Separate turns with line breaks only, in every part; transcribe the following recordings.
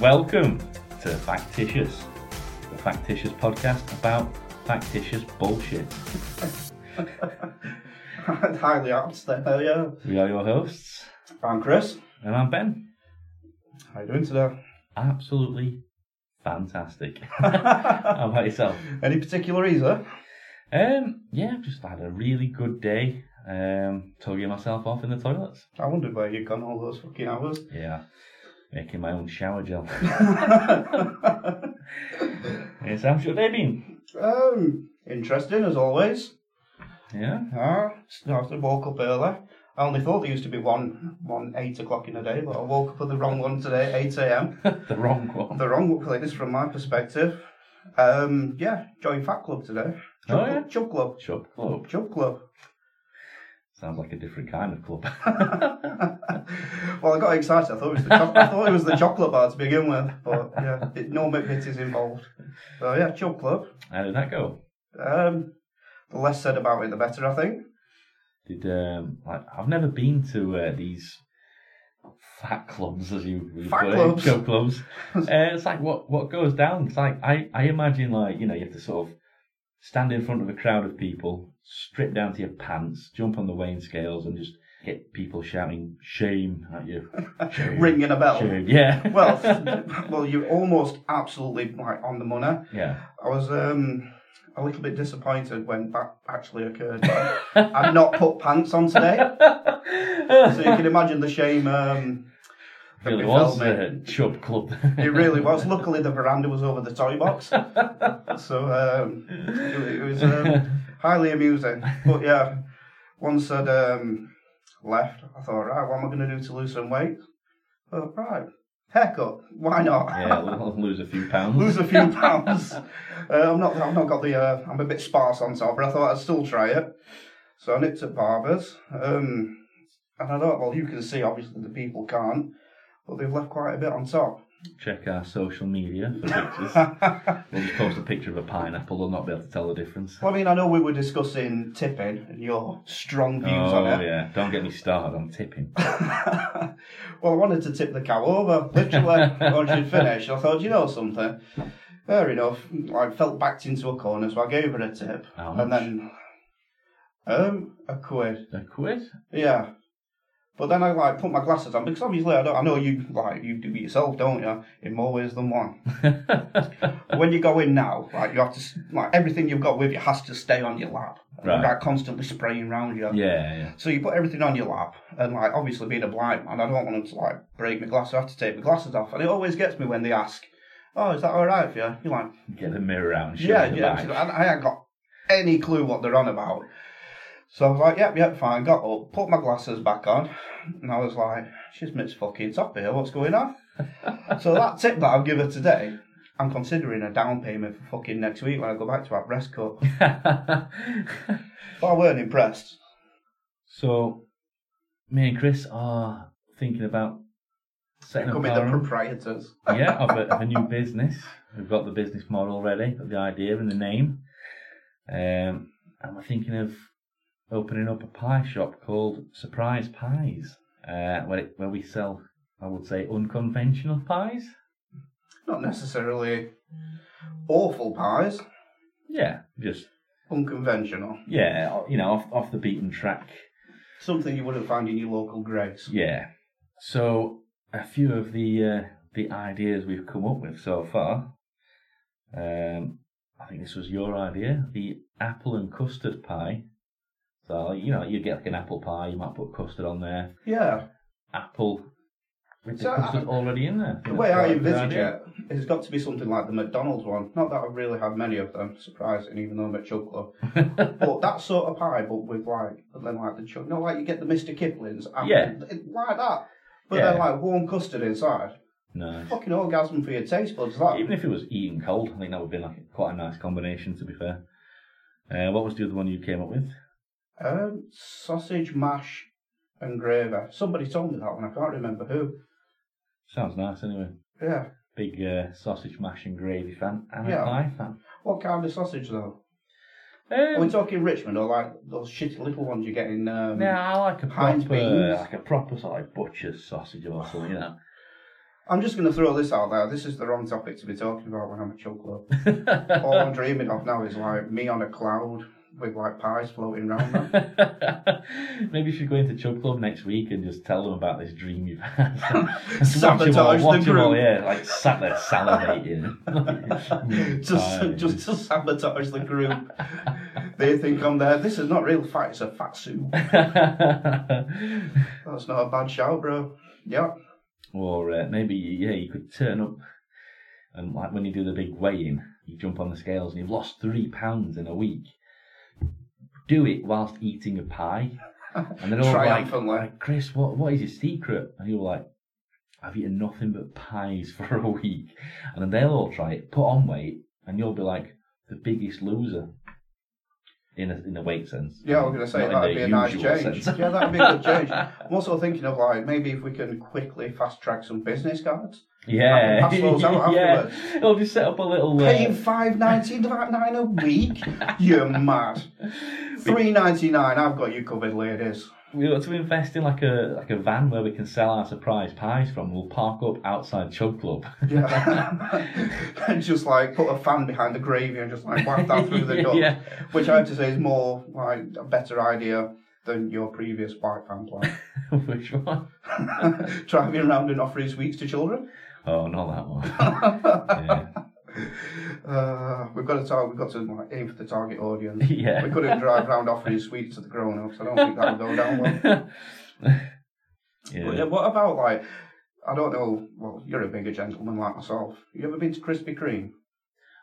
Welcome to Factitious, the Factitious podcast about factitious bullshit.
Highly honest, there you go.
We are your hosts,
I'm Chris.
and I'm Ben.
How you doing today?
Absolutely fantastic. How about yourself?
Any particular reason?
Um, yeah, I've just had a really good day. Um, tugging myself off in the toilets.
I wondered where you'd gone all those fucking hours.
Yeah, making my own shower gel.
um,
yes, how's your day been?
Oh, interesting as always.
Yeah,
Ah, started to woke up early. I only thought there used to be one, one eight o'clock in the day, but I woke up at the wrong one today, eight a.m.
the wrong one.
The wrong one, like this, from my perspective. Um, yeah, joined Fat Club today. Chub,
Oh, yeah?
Chub Club.
Chub club
Chub Club.
sounds like a different kind of club.
well, I got excited. I thought it was the cho- I thought it was the chocolate bar to begin with, but yeah, it, no McBit is involved. So yeah, Chub Club.
How did that go?
Um, the less said about it, the better, I think.
Did um like I've never been to uh, these fat clubs as you refer
Fat
to
clubs.
Club clubs. Uh, it's like what what goes down. It's like I I imagine like you know you have to sort of stand in front of a crowd of people, strip down to your pants, jump on the weighing scales, and just get people shouting shame at you. Shame,
Ringing a bell.
shame. Yeah.
Well, well, you're almost absolutely like on the money.
yeah.
I was um, a little bit disappointed when that actually occurred. but I've not put pants on today, so you can imagine the shame. Um, that
really
befell
was
me.
a chub club.
It really was. Luckily, the veranda was over the toy box, so um, it, it was um, highly amusing. But yeah, once I'd um, left, I thought, right, what am I going to do to lose some weight? Oh, right, haircut. Why not?
yeah, I'll lose a few pounds.
lose a few pounds. uh, I'm not. I've not got the. Uh, I'm a bit sparse on top, but I thought I'd still try it. So I nipped at Barbers, um, and I thought, well, you can see obviously the people can't, but they've left quite a bit on top.
Check our social media for pictures.
well,
We'll just post a picture of a pineapple. They'll not be able to tell the difference.
I mean, I know we were discussing tipping and your strong
Oh
views on it.
yeah, don't get me started on tipping.
well, I wanted to tip the cow over, literally, once you'd finished. I thought, you know something? Fair enough. I felt backed into a corner, so I gave her a tip.
How
And
much?
then, um, a quid.
a quid?
Yeah. But then I like put my glasses on because obviously I don't. I know you like you do it yourself, don't you? In more ways than one. when you go in now, like you have to s- like everything you've got with you has to stay on your lap.
Right.
Like constantly spraying round you.
Yeah, yeah.
So you put everything on your lap, and like obviously being a blind man, I don't want them to like break my glasses. I have to take my glasses off, and it always gets me when they ask, "Oh, is that all right for you?" You're like,
Get the mirror out and show
"Yeah,
the
yeah."
back.
So I, I ain't got any clue what they're on about. So I was like, "Yep, yep, fine." Got up, put my glasses back on, and I was like, "She's Miss fucking top here. What's going on?" so that tip that I'll give her today, I'm considering a down payment for fucking next week when I go back to our breast cut. But I weren't impressed.
so, me and Chris are thinking about setting up
Becoming
our
the
own,
proprietors.
yeah of a, of a new business. We've got the business model ready, got the idea and the name, um, and we're thinking of opening up a pie shop called Surprise Pies, uh, where it, where we sell, I would say, unconventional pies.
not necessarily awful pies,
Yeah, just
unconventional.
yeah, o- you know, off off the beaten track.
Something you wouldn't find in your local Greg's.
Yeah. So a few of the uh, the ideas we've come up with so far. Um, I think this was your idea, the apple and custard pie. So you know, you get like an apple pie, you might put custard on there,
Yeah,
apple with the
So,
custard
uh,
already in there.
the way I
That's quite a good
envisage
idea.
it, it's got to be something like the McDonald's one. Not that I've really had many of them, surprising, even though I'm at Chug Club. but that sort of pie, but with like, but then like the Chug, no, like you get the Mr. Kipling's, and
Yeah.
it- like that. But
Yeah.
then like warm custard inside.
No.
Fucking orgasm for your taste buds, that.
Even if it was eaten cold, I think that would be like quite a nice combination. To be fair, uh, what was the other one you came up with?
Um, sausage, mash, and gravy. Somebody told me that one, I can't remember who.
Sounds nice, anyway.
Yeah.
Big uh, sausage mash and gravy fan and a
Yeah.
pie fan.
What kind of sausage though? Are we
Um,
talking Richmond or like those shitty little ones you get in? Um,
now I like a
Heinz
proper,
beans.
like a proper sort of butcher's sausage or something, you know.
I'm just going to throw this out there. This is the wrong topic to be talking about when I'm a chuckler. All I'm dreaming of now is like me on a cloud with like pies floating round. me.
Maybe you should go into Chub Club next week and just tell them about this dream you've had. Just watch 'em all-
Sabotage
watch
the
'em all,
group.
yeah, like sat there salivating. Mm,
just,
fine.
just to sabotage the group. they think I'm there. This is not real fat. It's a fat suit. That's not a bad shout, bro. Yeah.
or uh, maybe yeah, you could turn up and like when you do the big weighing, you jump on the scales and you've lost three pounds in a week. Do it whilst eating a pie, and they're all like,
Triumphantly.
like, "Chris, what what is your secret?" And you're like, "I've eaten nothing but pies for a week," and then they'll all try it, put on weight, and you'll be like the biggest loser. In a, in a weight sense.
Yeah, I was going to say
Not in
that'd
the
be a nice
usual
change.
sense.
Yeah, that'd be a good change. I'm also thinking of like maybe if we can quickly fast track some business cards.
Yeah.
Pass those out
yeah.
afterwards.
It'll just set up a little. Uh,
Paying five ninety nine a week? You're mad. Three ninety nine. I've got you covered, ladies.
we ought to invest in like a like a van where we can sell our surprise pies from. We'll park up outside Chub Club.
Yeah. and just like put a fan behind the gravy and just like whack that through the door.
yeah.
Which I have to say is more like a better idea than your previous bike fan
Which one?
plan. Driving around and offering sweets to children.
Oh, not that one. yeah.
Uh, we've got to talk, we've got to like, aim for the target audience.
Yeah.
We couldn't drive round offering sweets to the grown-ups. I don't think that would go down well. But yeah,
yeah.
what about like? I don't know. Well, you're a bigger gentleman like myself. You ever been to Krispy Kreme?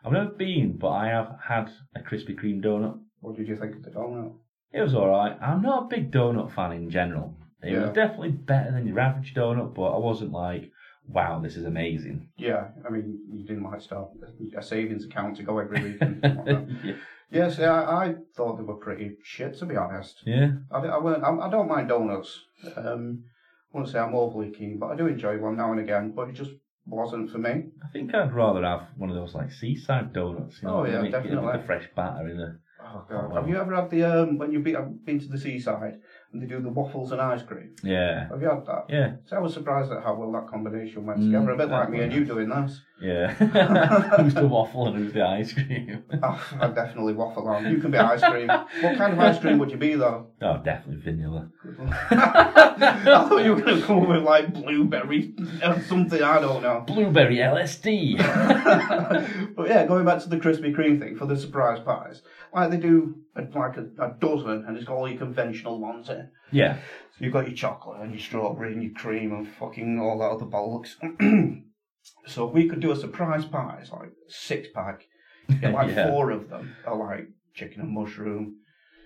I've never been, but I have had a Krispy Kreme donut.
What did you think of the donut?
It was all right. I'm not a big donut fan in general. It
Yeah.
was definitely better than your average donut, but I wasn't like, wow, this is amazing.
Yeah, I mean, you didn't like start a savings account to go every weekend. and whatnot.
yeah.
yes, yeah, I, I thought they were pretty shit to be honest.
yeah.
I, I weren't. I, I don't mind donuts. Um, I wouldn't say I'm overly keen, but I do enjoy one now and again. But it just wasn't for me.
I think I'd rather have one of those like seaside donuts. You know,
Oh, yeah,
with the- With
definitely.
the fresh batter in the.
Oh god!
wow.
Have you ever had the um when you've been, I've been to the seaside and they do the waffles and ice cream?
Yeah.
Have you had that?
Yeah.
So I was surprised at how well that combination went
Mm,
together. A bit like me
definitely.
and you doing this.
Yeah. who's the waffle and who's the ice cream?
Oh, I definitely waffle on. You can be ice cream. what kind of ice cream would you be though?
Oh, definitely vanilla.
I thought you were going to come up with like blueberry or something. I don't know.
Blueberry LSD.
but yeah, going back to the Krispy Kreme thing for the surprise pies, like they do uh, like a, a dozen, and it's got all your conventional ones in.
yeah.
So you've got your chocolate and your strawberry and your cream and fucking all that other bollocks. so if we could do a surprise pie, it's like six pack, get like
Yeah.
four of them are like chicken and mushroom,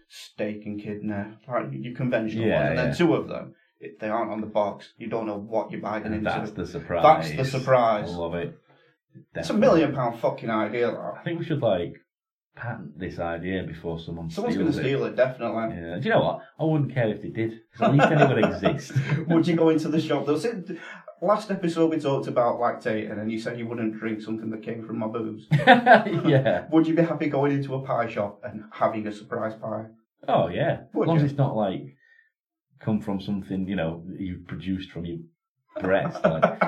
steak and kidney, like your conventional
Yeah,
ones, and
yeah.
then two of them. If they aren't on the box, you don't know what you're biting
And
into.
that's the surprise.
That's the
I
surprise.
love it.
It's a
Definitely.
million pound fucking idea, that.
I think we should like patent this idea before someone
Someone's going
steals
to
it.
steal it, definitely.
Yeah. Do you know what? I wouldn't care if they did. 'cause At least then it would exist.
Would you go into the shop? Though, since last episode we talked about lactating, and you said you wouldn't drink something that came from my boobs.
yeah.
Would you be happy going into a pie shop and having a surprise pie?
Oh yeah.
Would
as long
you?
as it's not like come from something you know you've produced from your breast. Like,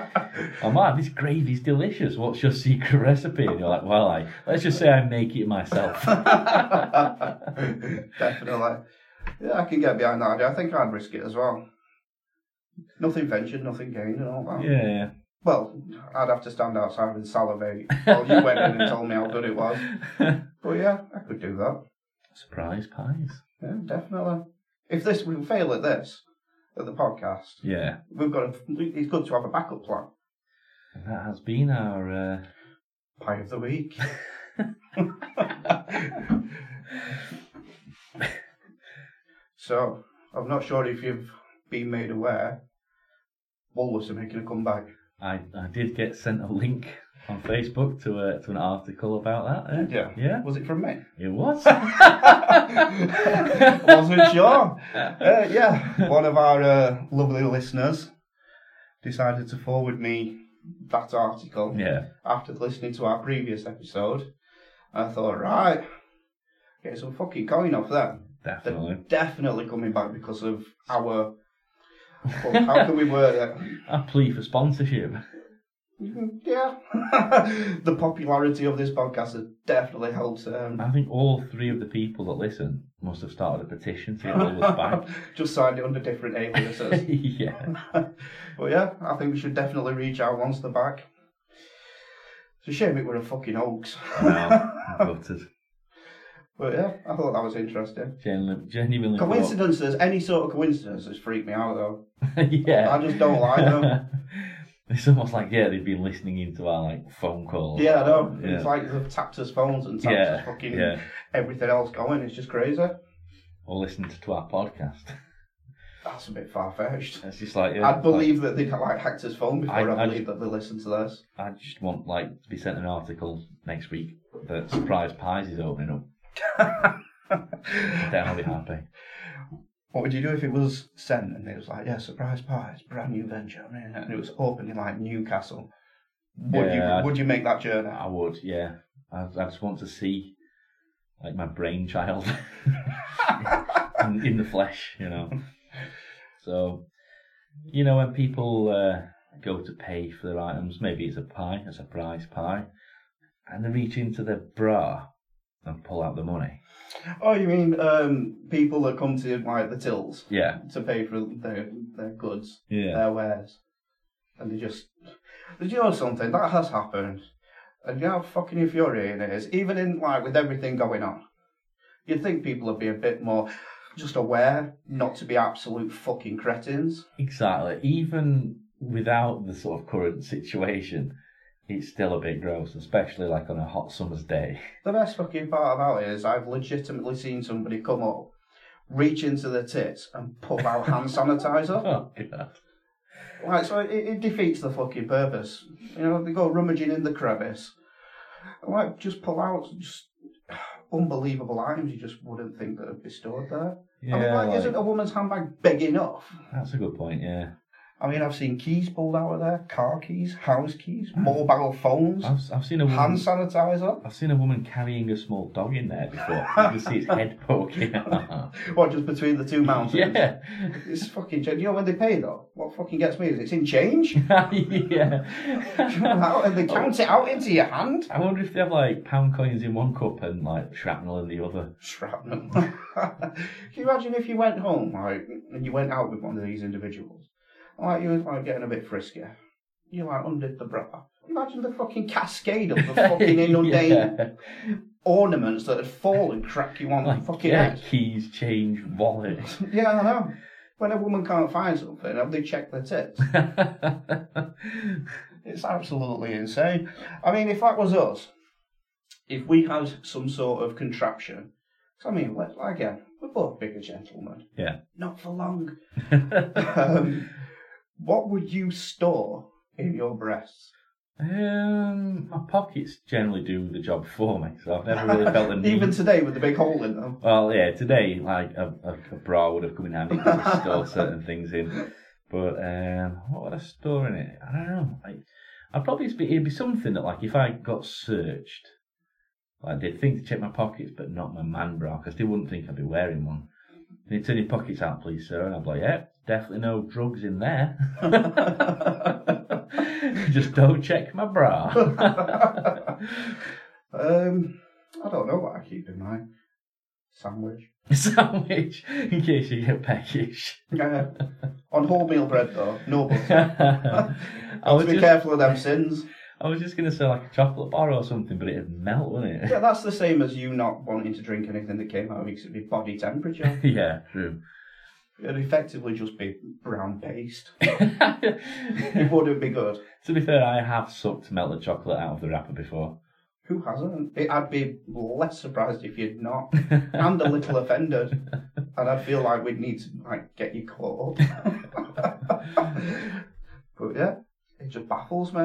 oh man, this gravy's delicious. What's your secret recipe? And you're like, well, I let's just say I make it myself.
Definitely. Yeah, I can get behind that idea. I think I'd risk it as well. Nothing ventured, nothing gained, and all that.
yeah.
Well, I'd have to stand outside and salivate. Well, you went in and told me how good it was. But yeah, I could do that.
Surprise pies.
Yeah, definitely. If this we fail at this, at the podcast,
Yeah.
we've got. A, it's good to have a backup plan.
And that has been our. Uh,
Pie of the week.
uh,
so I'm not sure if you've been made aware. Woolworths are making a comeback.
I I did get sent a link on Facebook to a, to an article about that. eh?
Yeah.
Yeah.
Was it from me?
It was.
Wasn't sure. Uh, yeah, one of our uh, lovely listeners decided to forward me that article.
yeah.
after listening to our previous episode, I thought, right, get some fucking coin off that. They're
Definitely.
definitely coming back because of our. Well, how can we word it?
A plea for sponsorship.
Mm-hmm. Yeah. the popularity of this podcast has definitely helped. Um,
I think all three of the people that listen must have started a petition to get all this back.
just signed it under different aliases.
yeah.
but yeah, I think we should definitely reach out once they're back. It's a shame it were a fucking hoax.
Well, I'm gutted.
But yeah, I thought that was interesting.
Genuinely, genuinely thought-
Coincidences, any sort of coincidences freak me out though.
yeah.
I just don't like
them. it's almost like, yeah, they've been listening into our like phone calls.
Yeah, I know.
Yeah.
It's like they've tapped us phones and tapped us
yeah,
fucking
yeah.
everything else going. It's just crazy.
Or listening to, to our podcast.
That's a bit far fetched.
It's just like, yeah,
I'd believe that they like hacked his phone before. I,
I- I
believe that they listened to this.
like, I just want like to be sent an article next week that Surprise Pies is opening up. Then I'll be happy.
What would you do if it was sent and it was like, yeah, surprise pies, brand new venture, man, and it was opened in like Newcastle? Would
Yeah.
you would you make that journey?
I would, yeah. I, I just want to see like my brainchild in, in the flesh, you know. So, you know, when people uh, go to pay for their items, maybe it's a pie, a surprise pie, and they reach into their bra and pull out the money.
Oh, you mean um, people that come to like the tills
Yeah,
to pay for their their goods,
yeah.
their wares, and they just. Did you know something that has happened? And you know how fucking infuriating it is, even in like with everything going on. You'd think people would be a bit more just aware, not to be absolute fucking cretins.
Exactly. Even without the sort of current situation, it's still a bit gross, especially like on a hot summer's day.
The best fucking part about it is I've legitimately seen somebody come up, reach into their tits and pull out hand sanitizer.
Oh, God.
Like, so it, it defeats the fucking purpose. You know, they go rummaging in the crevice. And, Like, just pull out just unbelievable items you just wouldn't think that are bestowed there. I mean, like,
like-
isn't a woman's handbag big enough?
That's a good point, yeah.
I mean, I've seen keys pulled out of there, car keys, house keys, mobile phones,
I've, I've seen a
hand
woman,
sanitizer.
I've seen a woman carrying a small dog in there before. You can see its head poking out.
What, just between the two mountains?
yeah.
It's fucking change. You know when they pay though? What fucking gets me is it's in change.
yeah.
and they count it out into your hand.
I wonder if they have like pound coins in one cup and like shrapnel in the other.
Shrapnel. Can you imagine if you went home, like, and you went out with one of these individuals? Like, you were like, getting a bit frisky. You like undid the bra. Imagine the fucking cascade of the fucking inundating
yeah.
ornaments that had fallen, crack you on
Like,
the fucking
yeah,
head.
keys, change, wallet.
yeah, I know. When a woman can't find something, have they checked their tits? It's absolutely insane. I mean, if that was us, if we had some sort of contraption, 'cause I mean, let, again, we're both bigger gentlemen.
Yeah.
Not for long. um, what would you store in your breasts?
um, my pockets generally do the job for me, so I've never really felt the need.
Even today with the big hole in them.
Well, yeah, today like a, a, a bra would have come in handy because I store certain things in. But um, what would I store in it? I don't know. Like, I'd probably be, it'd be something that like if I got searched, like they'd think to check my pockets, but not my man bra because they wouldn't think I'd be wearing one. They'd turn your pockets out, please, sir, and I'd be like, yeah, definitely no drugs in there. Just don't check my bra.
Um, I don't know what I keep in mine. Sandwich.
Sandwich, in case you get peckish.
Yeah. on wholemeal bread though, no butter.
I was
Be
just,
careful of them sins.
I was just gonna say like a chocolate bar or something, but it'd melt, wouldn't it?
Yeah, that's the same as you not wanting to drink anything that came out of you 'cause it'd be body temperature.
yeah, true.
It'd effectively just be brown paste. It
to
wouldn't be good.
be fair, I have sucked melted chocolate out of the wrapper before.
Who hasn't? It, I'd be less surprised if you'd not, and a little offended. And I feel like we'd need to like get you caught up. but yeah, it just baffles me.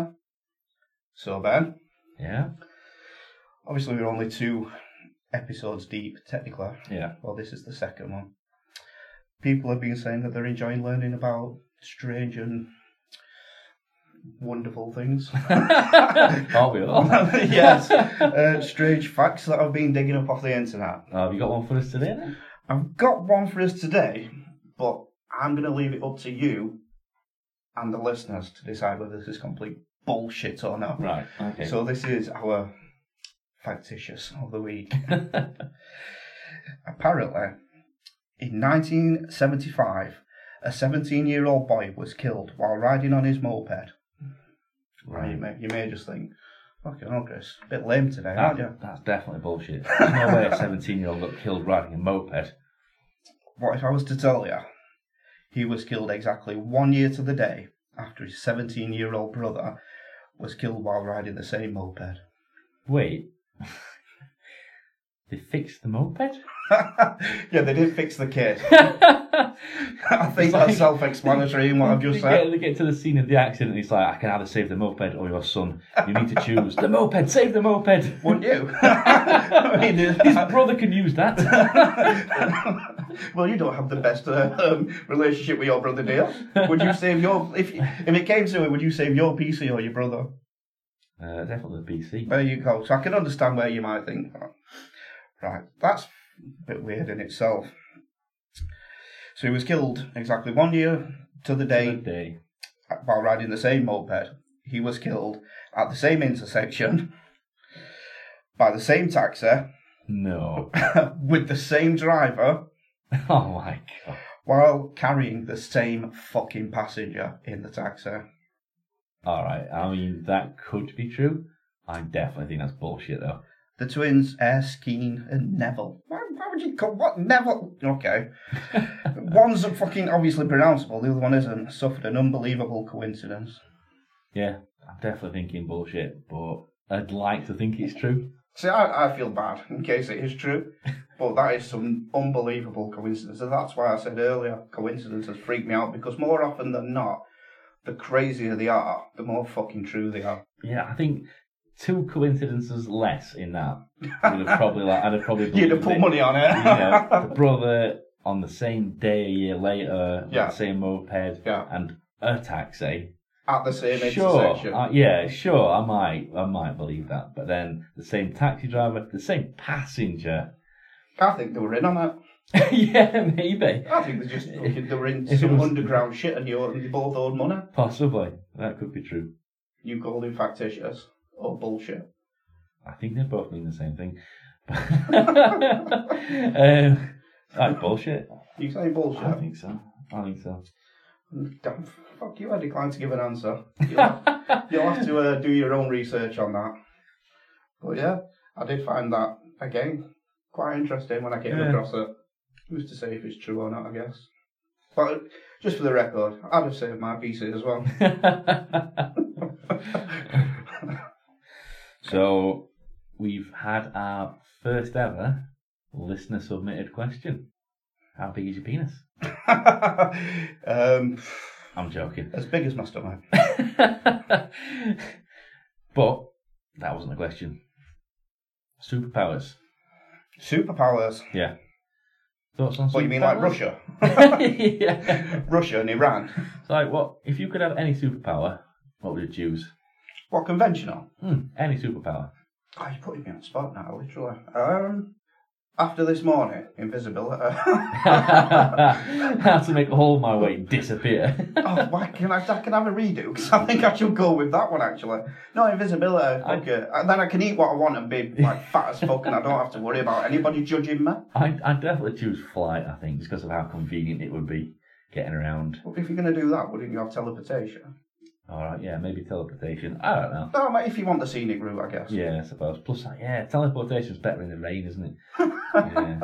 So Ben,
yeah,
obviously we're only two episodes deep, technically.
yeah.
Well, this is the second one. People have been saying that they're enjoying learning about strange and wonderful things.
Are we all?
yes. Uh, strange facts that I've been digging up off the internet.
Oh, have you got one for us today? Then?
I've got one for us today, but I'm going to leave it up to you and the listeners to decide whether this is complete bullshit or not.
Right. Okay.
So this is our factitious of the week. Apparently, in 1975, a 17-year-old boy was killed while riding on his moped. Right. You
right.
may, you may just think, fucking hell, Chris, a bit lame today,
That-
aren't you?
that's definitely bullshit. There's no way a 17 year old got killed riding a moped.
What if I was to tell you he was killed exactly one year to the day after his 17 year old brother was killed while riding the same moped?
Wait. they fixed the moped?
yeah, they did fix the kid. I think
It's like-
that's self explanatory in what I've just
they
said.
Get, they get to the scene of the accident, he's like, I can either save the moped or your son. You need to choose. the moped, save the moped!
Wouldn't you? I mean,
His brother can use that.
well, you don't have the best uh, um, relationship with your brother, Dale. Would you save your if if it came to it? Would you save your PC or your brother?
Uh, definitely the BC.
There you go. So I can understand where you might think that. Right, that's a bit weird in itself. So he was killed exactly one year to the day
Good day.
while riding the same moped. He was killed at the same intersection by the same taxi
No.
with the same driver
Oh my god.
while carrying the same fucking passenger in the taxi.
Alright, I mean, that could be true. I definitely think that's bullshit though.
The twins, Erskine and Neville. Why, why would you call what Neville? Okay. One's a fucking obviously pronounceable, the other one isn't. Suffered an unbelievable coincidence.
Yeah, I'm definitely thinking bullshit, but I'd like to think it's true.
See, I, I feel bad in case it is true, but that is some unbelievable coincidence. And that's why I said earlier coincidences freak me out because more often than not, the crazier they are, the more fucking true they are.
Yeah, I think two coincidences less in that would have probably like I'd have probably
You'd have
believed
put
it.
money on it.
you know, the brother on the same day a year later, with
Yeah.
the same moped
Yeah.
and a taxi.
At the same intersection.
Sure, uh, yeah, sure, I might, I might believe that. But then the same taxi driver, the same passenger.
I think they were in on it.
yeah, maybe,
I think they just they were in
If it
some
was-
underground shit and you and they both owed money.
possibly that could be true.
You called him factitious or bullshit.
I think they both mean the same thing. um, like bullshit.
You say bullshit.
I think so. I think so.
Damn, fuck you, I decline to give an answer. You'll, you'll have to uh, do your own research on that. But yeah, I did find that, again, quite interesting when I came
Yeah.
across it. Who's to say if it's true or not, I guess. But just for the record, I'd have saved my PC as well.
so we've had our first ever listener submitted question. How big is your penis?
um,
I'm joking.
as big as my stomach.
but that wasn't the question. Superpowers.
Superpowers.
Yeah. Thoughts on
What, you mean like
superpowers?
Russia?
yeah.
Russia and Iran.
It's like what if you could have any superpower, what would you choose?
What conventional?
Hmm, any superpower.
Oh, you're putting me on the spot now, literally. Um, after this morning, uh, invisibility.
How to make all my weight disappear.
oh, why can I, I can have a redo because I think I should go with that one actually. No invisibility.
I-
Fuck it. And then I can eat what I want and be like fat as fuck, and I don't have to worry about anybody judging me.
I I definitely choose flight. I think just because of how convenient it would be getting around.
But if you're gonna do that, wouldn't you have teleportation?
All right, yeah, maybe teleportation. I don't know.
No, mate. If you want the scenic route, I guess.
Yeah, I suppose. Plus, like, yeah, teleportation's better in the rain, isn't it? Yeah. All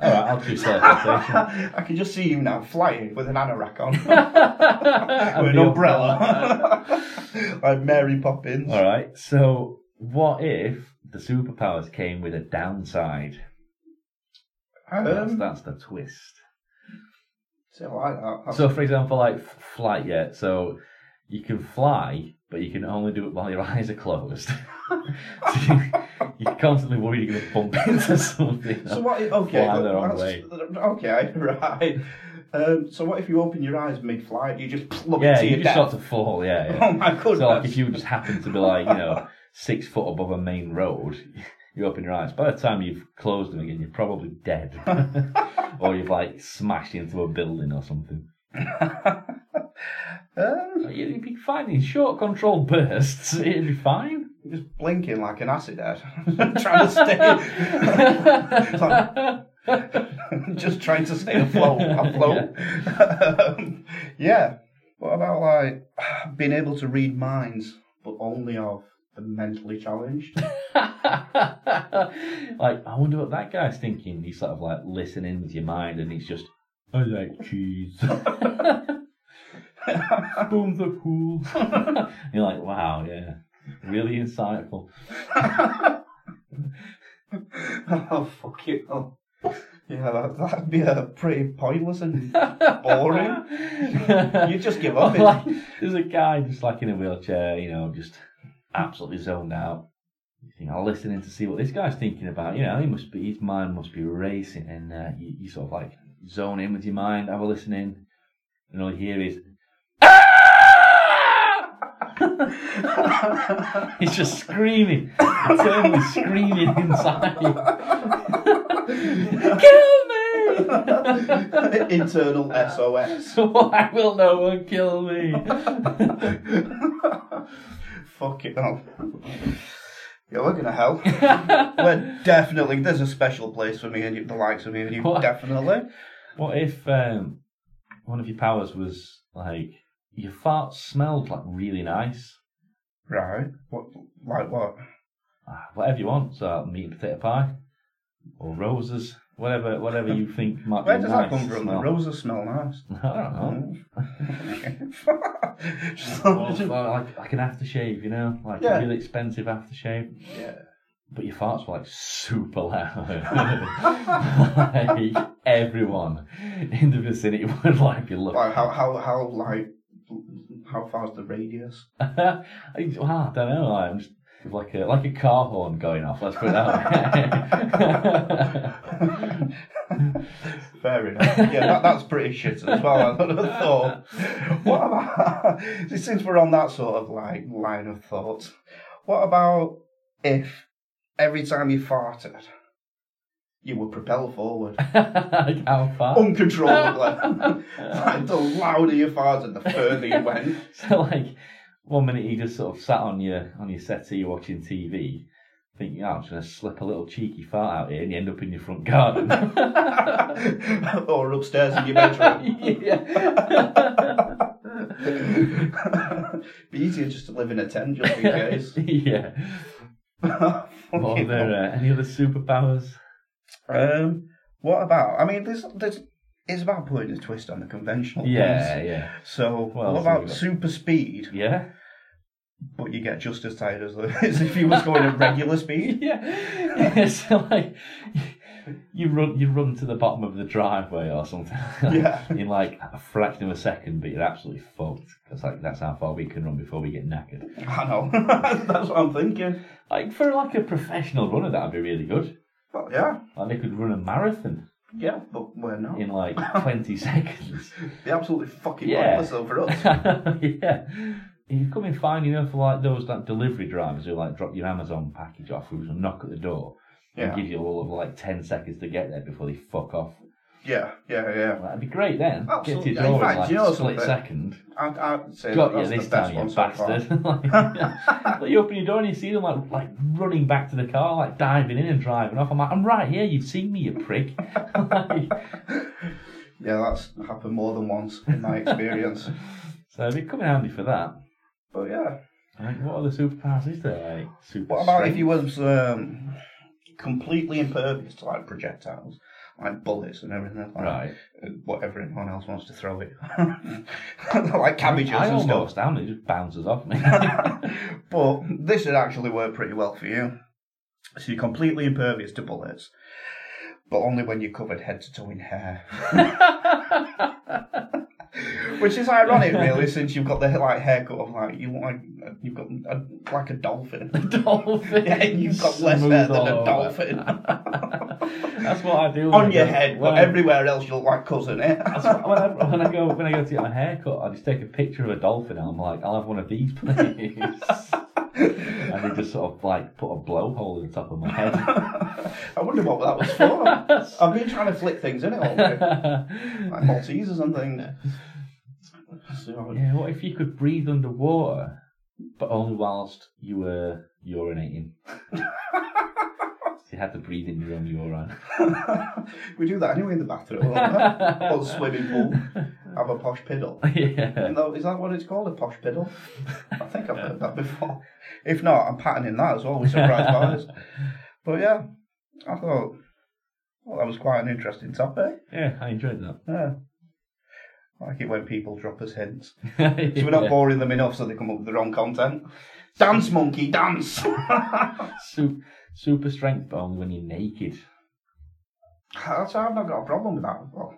right, I'll choose teleportation.
I can just see you now flying with an anorak on,
With
with an umbrella, like Mary Poppins.
All right. So, what if the superpowers came with a downside? That's,
Um,
that's the twist.
so I like that.
So, for example, like f- flight, yeah. So, you can fly, but you can only do it while your eyes are closed. so you, you're constantly worried you're going to bump into something.
So what? If, okay,
Fly
but
the wrong
that's-
way.
okay, right. Um, so what if you open your eyes mid-flight? You just plummet
yeah,
to
you
your
just
death.
start to fall. Yeah. yeah.
Oh my goodness!
So, like, if you just happen to be like, you know, six foot above a main road, you open your eyes. By the time you've closed them again, you're probably dead, or you've like smashed into a building or something.
Um,
You- You'd be fine in short controlled bursts. It'd be fine.
just blinking like an acid head. trying to stay, just trying to stay afloat. afloat. Um, yeah. What about like being able to read minds, but only of the mentally challenged?
like, I wonder what that guy's thinking. He's sort of like listening with your mind, and he's just, I like cheese. Spoons are cool. You're like, wow, yeah, really insightful.
oh fuck you! hell. Yeah, that, that'd be a pretty pointless and boring. You just give up. eh?
Or,
It's-
like, there's a guy just like in a wheelchair, you know, just absolutely zoned out. You think I'm listening to see what this guy's thinking about. You know, he must be his mind must be racing, and uh, you, you sort of like zone in with your mind, have a listen in, and all you hear is. "Ah!" He's just screaming, eternally screaming inside. Kill me!
Internal SOS.
So why will no one kill me?
Fuck it hell. Yeah, we're gonna hell. We're definitely there's a special place for me and you, the likes of me and you
What?
definitely.
what if um, one of your powers was like your fart smelled like really nice,
Right. What like what?
Ah, whatever you want, so like, meat and potato pie or roses, whatever, whatever you think might
Where
be.
does
nice
that come from? The
smell. Oh.
roses smell nice.
I don't know.
Just-
Or, or like, like an aftershave, you know, like
Yeah.
a really expensive aftershave.
yeah.
But your farts were like super loud. like everyone in the vicinity would like be looking.
Like how how how like how far's the radius?
I, well, I don't know. Like, I'm just like a like a car horn going off. Let's put it that
Fair enough. Yeah, that, that's pretty shit as well. I would have thought. What about since we're on that sort of like line of thought, what about if every time you farted, you were propelled forward
way. How far?
uncontrollably? like the louder you farted, the further you went.
so like one minute you just sort of sat on your on your settee watching TV, thinking, oh, I'm just gonna slip a little cheeky fart out here, and you end up in your front garden.
or upstairs in your bedroom.
yeah.
Be easier just to live in a tent just in case.
yeah. What are
Fucking
there uh, any other superpowers?
Um, what about? I mean, there's there's it's about putting a twist on the conventional.
Yeah,
things.
yeah,
So
Well,
what
so
about
you-
super speed?
yeah.
But you get just as tired as, as if you was going at regular speed.
yeah. yeah. So like you run you run to the bottom of the driveway or something.
Yeah.
In like a fraction of a second, but you're absolutely fucked because like that's how far we can run before we get knackered.
I know. That's what I'm thinking.
Like for like a professional runner, that'd be really good.
Well, yeah,
Like they could run a marathon
yeah, but we're not.
in like twenty seconds.
They're absolutely fucking
Yeah.
pointless over us.
yeah. You come in fine enough for like those like delivery drivers who like drop your Amazon package off who's knock at the door
Yeah.
and give you all of like ten seconds to get there before they fuck off.
yeah, yeah, yeah.
That'd be great then.
Oh, Absolutely.
Get to your
In
door in
fact,
like
you know
a split
something?
second.
I'd, I'd say
Got you
that's
this
the best
time,
one
you
so far.
bastard. like, you open your door and you see them like like running back to the car, like diving in and driving off. I'm like, I'm right here. You've seen me, you prick. Like,
Yeah, that's happened more than once in my experience.
so it'd be coming handy for that.
but yeah.
Like, what other superpowers is there? Like, super
What about if
strength?
you was um, completely impervious to like projectiles, like bullets and everything, like Uh,
Right.
whatever anyone else wants to throw at you, like cabbages
I
and
almost
stuff.
am. It just bounces off me.
But this would actually work pretty well for you. So you're completely impervious to bullets, but only when you're covered head to toe in hair. Which is ironic, really, since you've got the like haircut of like you look like you've got a, like a dolphin.
dolphin.
Yeah, you've got less
Smooth
hair than
all
a
over.
dolphin.
That's what I do. when I
on your
go-
head,
when
but
I-
everywhere else you look like cousin, eh?
That's what, when, I, when I go when I go to get my haircut, I just take a picture of a dolphin and I'm like, I'll have one of these, please. and they just sort of like put a blowhole in the top of my head.
I wonder what that was for. I've been trying to flick things in it all day, like Maltesers and things. So,
Yeah, what if you could breathe underwater, but only whilst you were urinating? you had to breathe in your own urine.
we do that anyway in the bathroom. don't we? Or the swimming pool. Have a posh piddle.
yeah.
No, is that what it's called? A posh piddle? I think I've heard that before. If not, I'm patterning that as well with surprise buyers. But yeah, I thought well that was quite an interesting topic.
Yeah, I enjoyed that.
Yeah. I like it when people drop us hints. So
yeah.
we're not boring them enough so they come up with their own content. Dance monkey, dance!
Super, super strength bone when you're naked.
That's I've not got a problem with that. Well,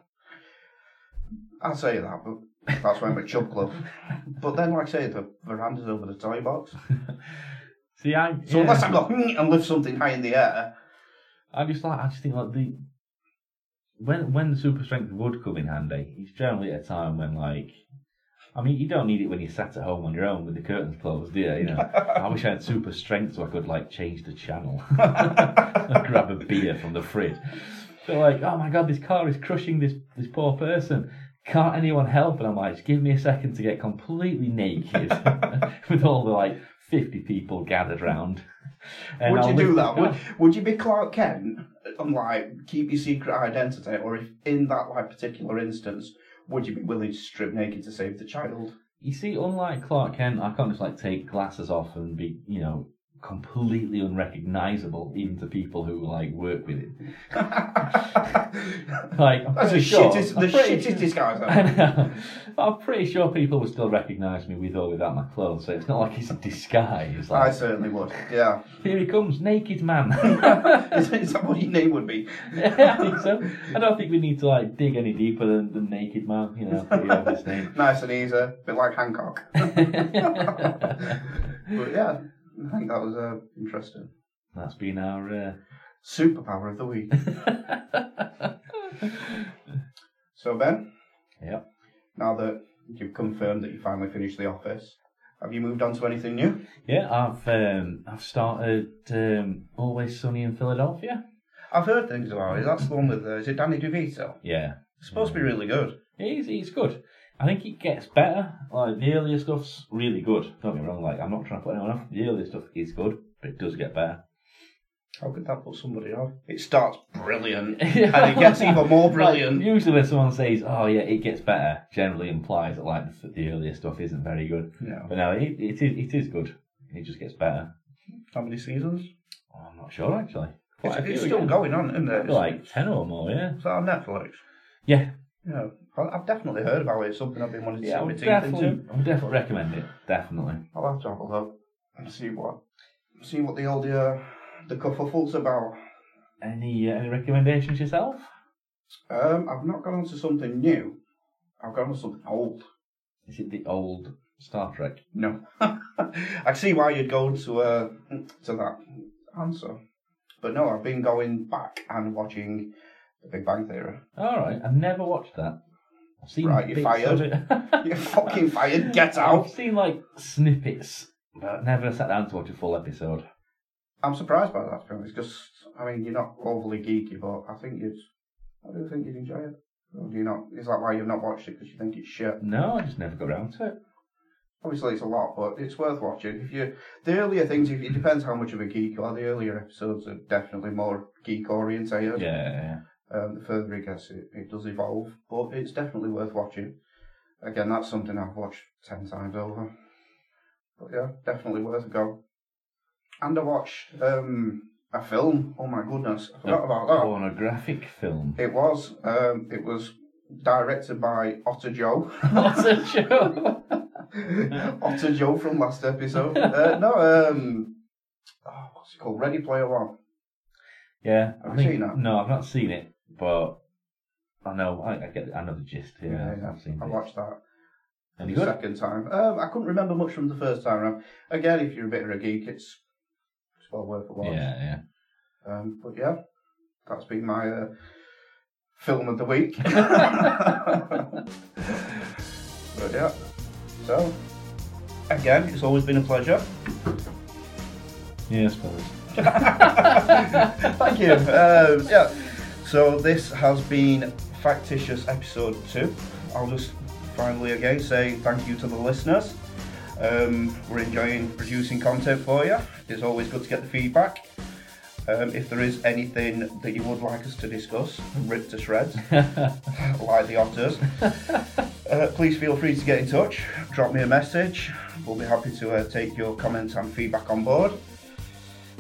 I'll say that, but that's when we're chub club. But then, like I say, the veranda's over the toy box.
See, I
So
yeah,
unless I go "Hmm," and lift something high in the air,
I just like I just think like the when when the super strength would come in handy, it's generally at a time when like. I mean, you don't need it when you're sat at home on your own with the curtains closed, do you? You know, I wish I had super strength so I could like change the channel, grab a beer from the fridge. They're like, oh my god, this car is crushing this this poor person. Can't anyone help? And I'm like, just give me a second to get completely naked with all the like 50 people gathered round. And
would
I'll
you do
lift the
that?
car.
Would, would you be Clark Kent and like keep your secret identity, or if in that like particular instance, would you be willing to strip naked to save the child?
You see, unlike Clark Kent, I can't just like take glasses off and be, you know, completely unrecognizable even to people who like work with it.
that's
Like, I'm
the
pretty sure,
shittest,
I'm
the
pretty-
shittest disguise.
I
ever.
know. I'm pretty sure people would still recognise me with or without my clothes, so it's not like it's a disguise.
I
Like,
certainly would. Yeah,
here he comes, naked man.
is, is that what your name would be?
yeah, I think so. I don't think we need to like dig any deeper than, than naked man. You know, pretty obvious name.
Nice and easy, a bit like Hancock. But yeah, I think that was uh, interesting.
That's been our.
Superpower of the week.
Uh...
So Ben.
Yep.
Now that you've confirmed that you finally finished the office, have you moved on to anything new?
Yeah, I've um, I've started um, Always Sunny in Philadelphia.
I've heard things about it. That's the one with uh, is it Danny DeVito?
Yeah,
It's supposed to be really good.
it's it's good. I think it gets better. Like the earlier stuff's really good. Don't get me wrong. Like I'm not trying to put anyone off. The earlier stuff is good, but it does get better.
How could that put somebody off? It starts brilliant and it gets even more
Like,
brilliant.
usually when someone says, "Oh yeah, it gets better," generally implies that like the, the earlier stuff isn't very good.
No.
But no, it, it is it is good. It just gets better.
How many seasons?
Oh, I'm not sure actually.
It's,
Quite a
it's
few
still
again.
going on, isn't it?
like ten or more. Yeah.
It's on Netflix.
Yeah,
Yeah. I- I've defininely heard about it. It's something I've been wanting to
Yeah, I
see my
would
teeth
definitely,
into.
I would definitely recommend it. Definitely.
I'll have to have a look and see what see what the old uh, the kerfuffle's about.
Any uh, any recommendations yourself?
Um, I've not gone on to something new. I've gone on to something old.
Is it the old Star Trek?
No. I see why you'd go to uh, to that answer. But no, I've been going back and watching The Big Bang Theory.
All right, I've never watched that. I've seen
Right, you're
bits
fired.
of it.
You're fucking fired. Get out.
I've seen like snippets, but never sat down to watch a full episode.
I'm surprised by that, to be honest, because, I mean, you're not overly geeky, but I think you'd, I do think you'd enjoy it. Or do you not? Is that why you've not watched it? Because you think it's shit?
No, I just never got around to it.
Obviously, it's a lot, but it's worth watching. If you the earlier things, if, it depends how much of a geek you are. The earlier episodes are definitely more geek orientated.
Yeah,
Um, the further it gets, it, it does evolve, but it's definitely worth watching. Again, that's something I've watched ten times over. But yeah, definitely worth a go. And I watched um, a film. Oh my goodness, I forgot about that.
pornographic film.
It was um, it was directed by Otter Joe.
What's a show?
Otter Joe from last episode. Uh, no, um, oh, what's it called? Ready Player One.
Yeah,
Have
I
you
think,
seen that?
No, I've not seen it, but I know I, I get I know the gist. Yeah, I've seen
I
it.
watched that
Any
the
good?
second time. Um, I couldn't remember much from the first time round. Again, if you're a bit of a geek, it's it's well worth a watch.
Yeah,
Um, but yeah, that's been my uh, film of the week.
yeah.
but yeah, so again, it's always been a pleasure.
yeah, I suppose.
Thank you. Um, yeah. So this has been factitious episode two. I'll just finally again say thank you to the listeners. Um, we're enjoying producing content for you. It's always good to get the feedback. Um, if there is anything that you would like us to discuss, rip to shreds, like the otters, uh, please feel free to get in touch. Drop me a message. We'll be happy to uh, take your comments and feedback on board.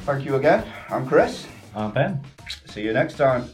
Thank you again. I'm Chris.
I'm Uh, Ben.
See you next time.